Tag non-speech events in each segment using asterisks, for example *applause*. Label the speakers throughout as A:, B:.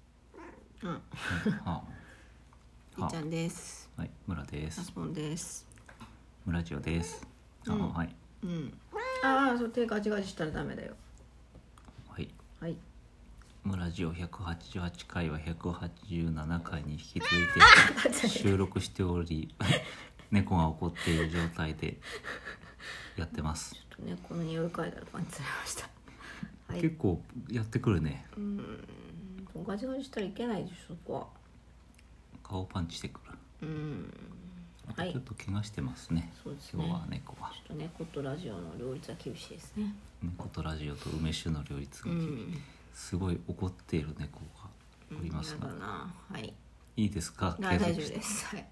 A: あ、
B: はあ、
A: み
B: は
A: ーちゃんです。
B: あ、はい、村で
A: あ
B: す
A: す。ぽんです。
B: 村ジオです。あ、
A: うん
B: はい、
A: うん。ああ、そう手ガチガチしたらダメだよ。
B: はい、
A: はい。
B: 村ジオ百八十八回は百八十七回に引き続いて収録しており、 *laughs* 猫が怒っている状態でやってます。
A: 猫の匂い嗅いだらパンチされました。はい
B: 結構やってくるね。
A: うん。ガチガチしたらいけないでしょそこは。
B: 顔パンチしてく
A: う
B: る。
A: ん。は
B: ちょっ
A: い。
B: と怪我してますね。
A: そうですね
B: 今日は猫は。
A: ちょっと猫とラジオの両立は厳しいですね。
B: 猫とラジオと梅酒の両立
A: う
B: が厳しい
A: ん。
B: すごい怒っている猫がおります
A: うん
B: が
A: やだ、な。はい。
B: いいですか？
A: な大丈
B: 継
A: 夫
B: 続して
A: です。はい。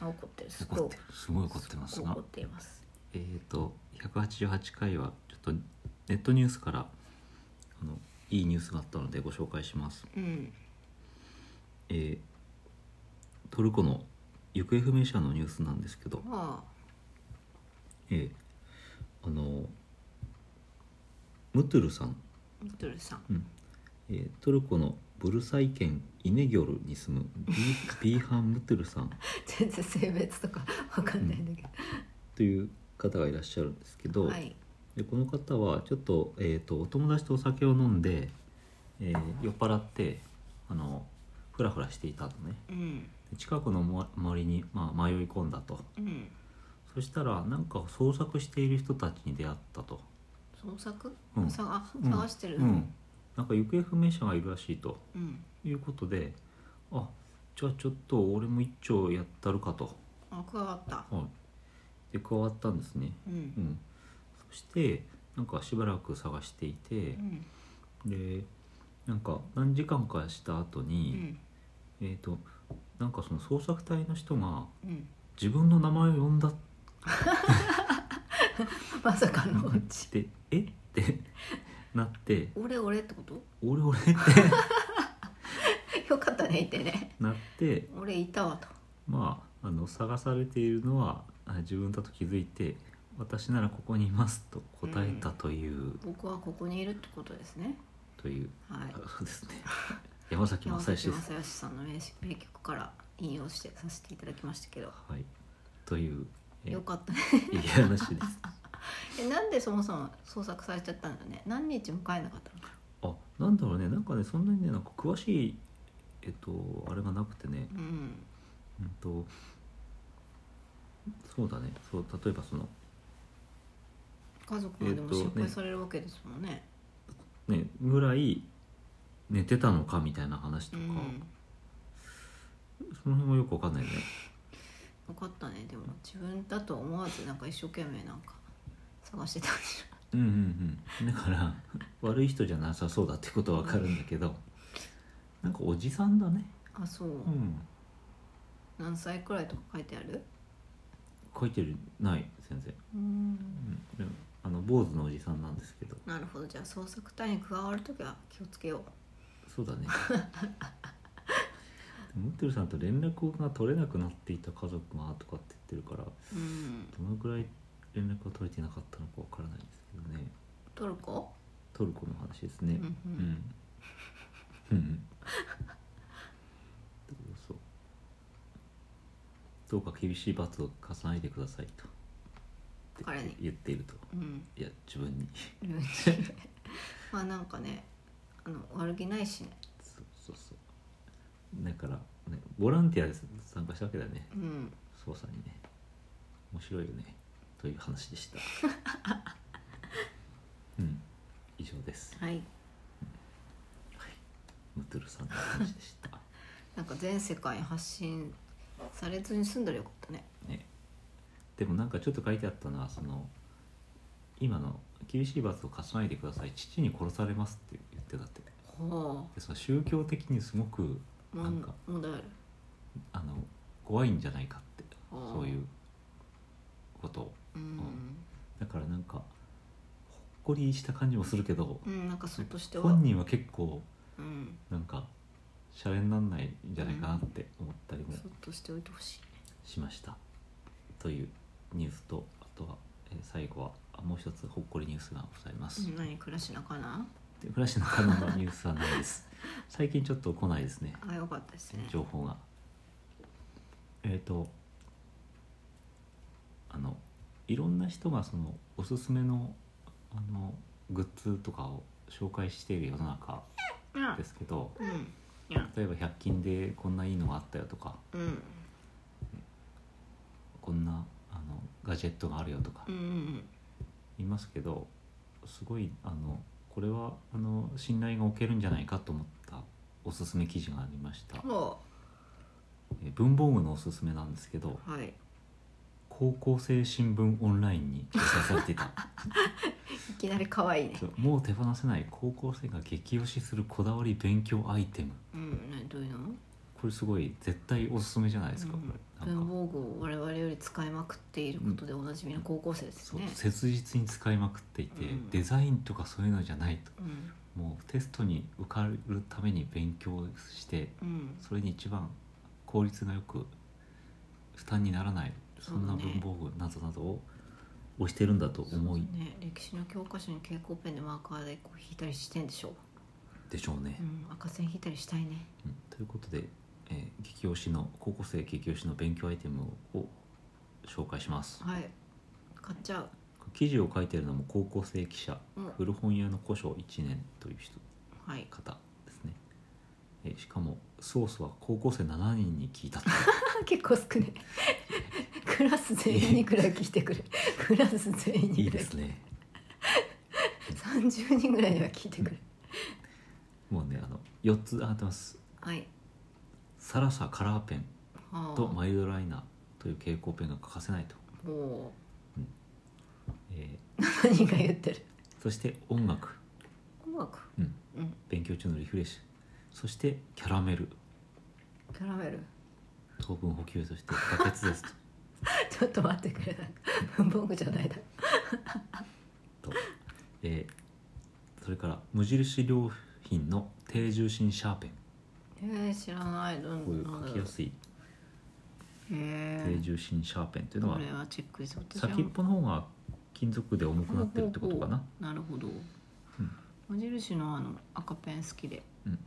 A: あ怒ってる。すごい
B: 怒ってるすごい怒ってますが
A: 怒っています。
B: えっ、と188回はちょっとネットニュースからあのいいニュースがあったのでご紹介します、
A: うん。
B: えートルコの行方不明者のニュースなんですけど、
A: ま
B: えーあのムトゥルさん、
A: あ、ミトルさん。
B: うんえートルコのブルサイ県イネギョルに住むビビーハン・ムトゥルさん
A: 全然性別とかわかんないんだけ
B: という方がいらっしゃるんですけ
A: ど。
B: ど、
A: はい。
B: でこの方はちょっと,、えー、とお友達とお酒を飲んで、えー酔っ払ってあのフラフラしていたとね
A: うん。
B: で近くのも森に、まあ、迷い込んだと
A: うん。
B: そしたらなんか捜索している人たちに出会ったと、
A: 捜索、
B: うん
A: さあ
B: うん
A: 探してる、
B: うん、なんか行方不明者がいるらしいと
A: うん
B: いうことであじゃあちょっと俺も一丁やったるかと、
A: あ加わった
B: はい、で加わったんですね、
A: う
B: うんん、そしてなんかしばらく探していて、
A: うん
B: でなんか何時間かした後
A: う
B: に、
A: ん
B: えっ、となんかその捜索隊の人が
A: うん
B: 自分の名前を呼ん
A: *laughs*
B: だっ
A: まさかのうち
B: て「えっ?」てなって
A: 俺俺ってこと
B: 「俺俺」って
A: よかったねいてね
B: なって
A: 俺いたわと
B: まああの探されているのはあ自分だと気づいて「私ならここにいます」と答えたという、
A: 僕はここにいるってことですね
B: という、
A: はい
B: あそうですね山崎
A: 山
B: 正義
A: 崎
B: です。
A: 正義さんの名詞名曲から引用してさせていただきましたけど
B: はい、というえ
A: よかったね *laughs*
B: いい話です。
A: えなんでそもそも捜索されちゃったんだね何日も帰んなかったのか
B: あなんだろうねなんかねそんなにねなんか詳しいえっとあれがなくてね
A: うん
B: うんとそうだねそう例えばその
A: 家族まで
B: えっ
A: も
B: とね
A: 心配されるわけですもんね,、
B: ねぐらい寝てたのかみたいな話とか、
A: うん
B: その辺もよくわかんないね
A: よかったねでも自分だと思わずなんか一生懸命なんか探してたんでし
B: うんうんうんだから *laughs* 悪い人じゃなさそうだってことはわかるんだけどなんかおじさんだね
A: ょあそう、
B: うん
A: 何歳くらいとか書いてある
B: 書いてるない先生、
A: うん
B: うん、でもあの坊主のおじさんなんですけど
A: なるほどじゃあ捜索隊に加わる時は気をつけよ
B: そうだねムッテルさんと連絡が取れなくなっていた家族がとかって言ってるから
A: ううん
B: どのくらい連絡が取れてなかったのかわからないんですけどね
A: トルコ
B: トルコの話ですね
A: うんうん
B: うんうんそうどうか厳しい罰を課さないでくださいと
A: 彼に
B: 言っていると
A: うん
B: いや自分に
A: *laughs* まあなんかねあの悪気ないしね
B: そうそうそうだから、ね、ボランティアで参加したわけだよね
A: うん
B: 操作にね面白いよねという話でした
A: *laughs*
B: うん以上です
A: はい
B: ムトゥルさんの話でした
A: *laughs* なんか全世界発信されずに済んだらよかったね
B: ねでもなんかちょっと書いてあったのはその今の厳しい罰を課さないでください父に殺されますって言ってたって
A: ほ
B: でその宗教的にすごく
A: う
B: な
A: も
B: んか
A: ん問題ある
B: あの怖いんじゃないかって
A: あー
B: そういうことを
A: うん、
B: だからなんかほっこりした感じもするけど
A: うん、なんかそっとしては
B: 本人は結構
A: うん
B: なんかシャレになんないんじゃないかなって思ったりも
A: そっとしておいてほしい
B: しました、というニュースとあとは、えー最後はあもう一つほっこりニュースがございます、
A: 何暮らしなかな
B: でフラッシュのカノンのニュースはないです *laughs* 最近ちょっと来ないですね
A: あよかったですね
B: 情報がえっ、とあのいろんな人がそのおすすめのあのグッズとかを紹介している世の中
A: うんうん
B: ですけど
A: うん
B: 例えば100均でこんないいのがあったよとか
A: うん
B: こんなあのガジェットがあるよとか
A: うんうん
B: 言いますけどすごいあのこれはあの信頼が置けるんじゃないかと思ったおすすめ記事がありました
A: ほ
B: えー文房具のおすすめなんですけど
A: うはい
B: 高校生新聞オンラインに記載さ
A: *laughs*
B: れていた
A: いきなり可愛いね
B: そうもう手放せない高校生が激推しするこだわり勉強アイテム
A: うんねどういうの
B: これすごい絶対おすすめじゃないですか、
A: うん
B: これな
A: 文
B: んか
A: 房具を我々より使いまくっていることでおなじみの高校生です
B: そう
A: ね
B: 切実に使いまくっていて、
A: うん
B: デザインとかそういうのじゃないと
A: うん
B: もうテストに受かるために勉強して
A: うん
B: それに一番効率がよく負担にならないそんな文房具などなどを推してるんだと思い
A: そうね歴史の教科書に蛍光ペンでマーカーでこう引いたりしてんでしょ
B: でしょうね
A: う、う。ん赤線引いたりしたいね
B: うんということで、えー、激推しの高校生激推しの勉強アイテムを紹介します
A: はい買っちゃう
B: 記事を書いているのも高校生記者、
A: うん
B: 古本屋の古書1年という人
A: はい
B: 方ですね、えーしかもソースは高校生7人に聞い *laughs* たと
A: 結構少ないクラス全員にくらい聞いてくれクラス全員
B: い
A: に
B: い
A: く
B: で
A: らい
B: すね
A: 30人ぐらいには聞いてくれ
B: もうねあの4つあってます
A: はい
B: サラサカラーペン
A: はあ
B: とマイルドライナーという蛍光ペンが欠かせないと、
A: も
B: え
A: う何が言ってる
B: ーそして音楽、
A: 音楽
B: うん、
A: うん
B: 勉強中のリフレッシュそしてキャラメル
A: キャラメル
B: 糖分補給として不可欠です
A: ちょっと待ってくれなんか文房具じゃないだ *laughs*
B: とと、えーそれから無印良品の低重心シャーペン
A: えー、知らないどん
B: こういう
A: なんだろ
B: 書き
A: う
B: やすい
A: へ
B: 低
A: え
B: 重心シャーペンというの
A: こ
B: は
A: れはチェックです私は
B: 先っぽの方が金属で重くなってるってことかな、
A: なるほど、無印のあの赤ペン好きで
B: うん、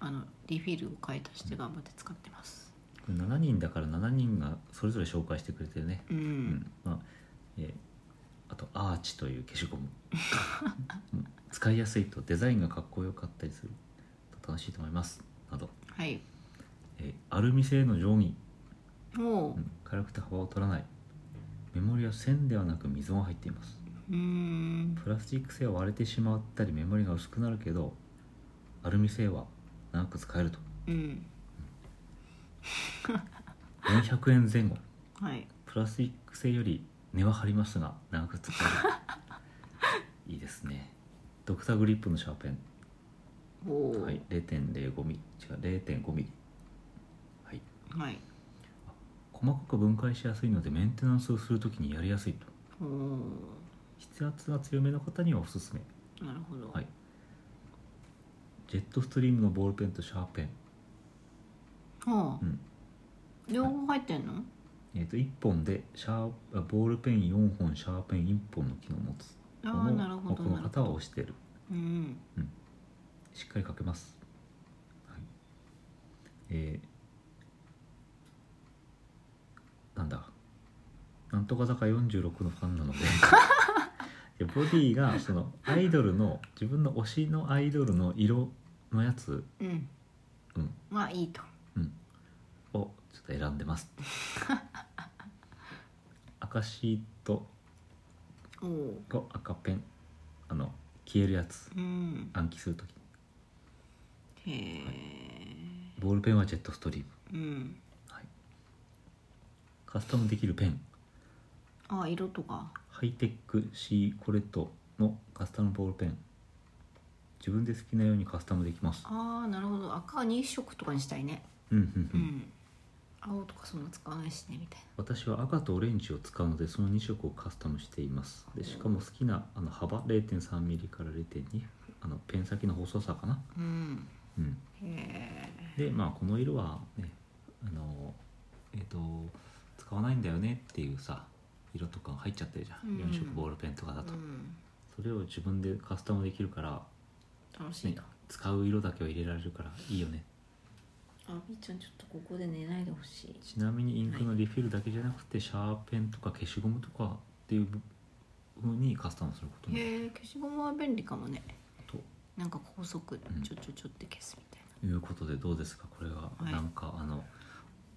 A: あのリフィルを買い足して頑張って使ってます
B: これ7人だから7人がそれぞれ紹介してくれてるね
A: うん、
B: うんまあえーあとアーチという消しゴム *laughs* うん使いやすいとデザインがかっこよかったりすると楽しいと思いますなど、
A: はい
B: えーアルミ製の定規、
A: も
B: うん軽くて幅を取らないメモリは線ではなく溝が入っています
A: ううーん
B: プラスチック製は割れてしまったりメモリが薄くなるけどアルミ製は長く使えると
A: うん
B: 400円前後
A: はい
B: プラスチック製より値は張りますが長く使えるいいですねドクターグリップのシャーペン
A: おお
B: はい、0.05ミリ違う0.5ミリはい
A: はい
B: 細かく分解しやすいのでメンテナンスをするときにやりやすいと
A: おー
B: 筆圧が強めの方にはおすすめ
A: なるほど、
B: はいジェットストリームのボールペンとシャーペン、
A: は
B: うん
A: あ両方入ってんの、
B: えー、と1本でシャーあボールペン4本シャーペン1本の機能を持つ
A: ああ
B: のを
A: なるほ
B: こ
A: ど
B: の
A: なるほ
B: 方は押してる
A: どうん
B: しっかりかけます、はいえーなんだなんとか坂46のファンなのででボディがそのアイドルの自分の推しのアイドルの色のやつ
A: うん
B: うん
A: まあいいと
B: をちょっと選んでます赤シート
A: おお
B: と赤ペンあの消えるやつ
A: うん
B: 暗記するとき
A: へえ、
B: ボールペンはジェットストリーム
A: うん
B: カスタムできるペン
A: ああ色とか
B: ハイテックシーコレットのカスタムボールペン自分で好きなようにカスタムできます
A: ああなるほど赤2色とかにしたいね
B: うんうん
A: う、
B: うんん
A: 青とかそんな使わないしねみたい
B: 私は赤とオレンジを使うのでその2色をカスタムしていますでしかも好きなあの幅 0.3mm から0.2あのペン先の細さかな
A: なうん
B: うん
A: へ
B: でまあこの色はねあのえっ、と使わないんだよねっていうさ色とか入っちゃってるじゃん、
A: うん
B: 4色ボールペンとかだ
A: え
B: と、
A: うん
B: それを自分でカスタムできるから
A: 楽しいな、
B: 使う色だけは入れられるからいいよね
A: あみーちゃんちょっとここで寝ないでほしい
B: ちなみにインクのリフィルだけじゃなくて、シャーペンとか消しゴムとかっていうふうにカスタムすることも
A: へえ消しゴムは便利かもね
B: と
A: なんか高速
B: ん
A: ちょちょちょって消すみたい
B: いうことでどうですかこれは、
A: はい
B: なんかあの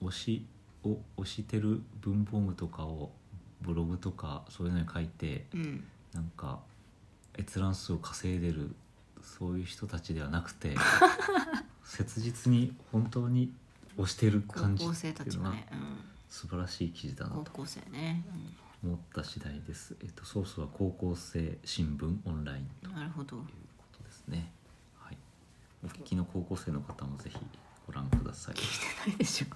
B: 推しを推してる文房具とかをブログとかそういうのに書いて
A: なうん
B: なんか閲覧数を稼いでるそういう人たちではなく
A: *laughs*
B: て切実に本当に推してる
A: 高
B: 感じ
A: 校
B: って
A: 生た
B: い
A: ち
B: う
A: も
B: のが
A: ね、う、
B: 素晴らしい記事だなんと
A: 高校生ね、
B: 思った次第です。えっとソースは高校生新聞オンライン
A: う
B: とい
A: ん
B: う
A: なるほ
B: *laughs*
A: ど
B: ことですね。はい。お聞きの高校生の方もぜひご覧ください。
A: 聞いてないでしょ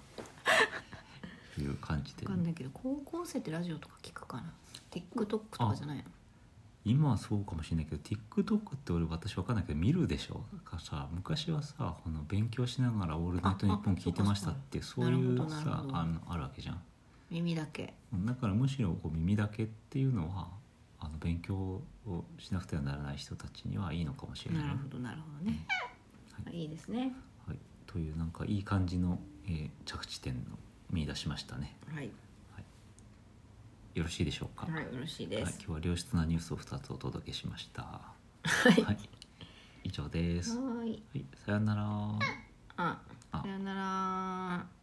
B: という感じで
A: 分かんないけど高校生ってラジオとか聞くかな TikTok とかじゃないの
B: 今はそうかもしれないけど TikTok って俺私わかんないけど見るでしょだからさ昔はさこの勉強しながら「オールナイトニッポン」聞いてましたって
A: そ
B: そう
A: か
B: うい
A: なる
B: う
A: ほどなる
B: さ
A: ほど
B: あのあるわけじゃん
A: 耳だけ
B: だからむしろこう耳だけっていうのはあの勉強をしなくてはならない人たちにはいいのかもしれない
A: な
B: ね
A: るほどなるほどね、、
B: はい
A: いですね
B: はい、というなんかいい感じの、えー着地点を見出しましたね
A: はい
B: よろしいでしょうか、
A: はいよろしい
B: はい
A: で
B: 今
A: す
B: 日は良質なニュースを2つお届けしましたは
A: はい
B: い以上です、は
A: はい
B: い、さようなら
A: あ
B: あ
A: さよなら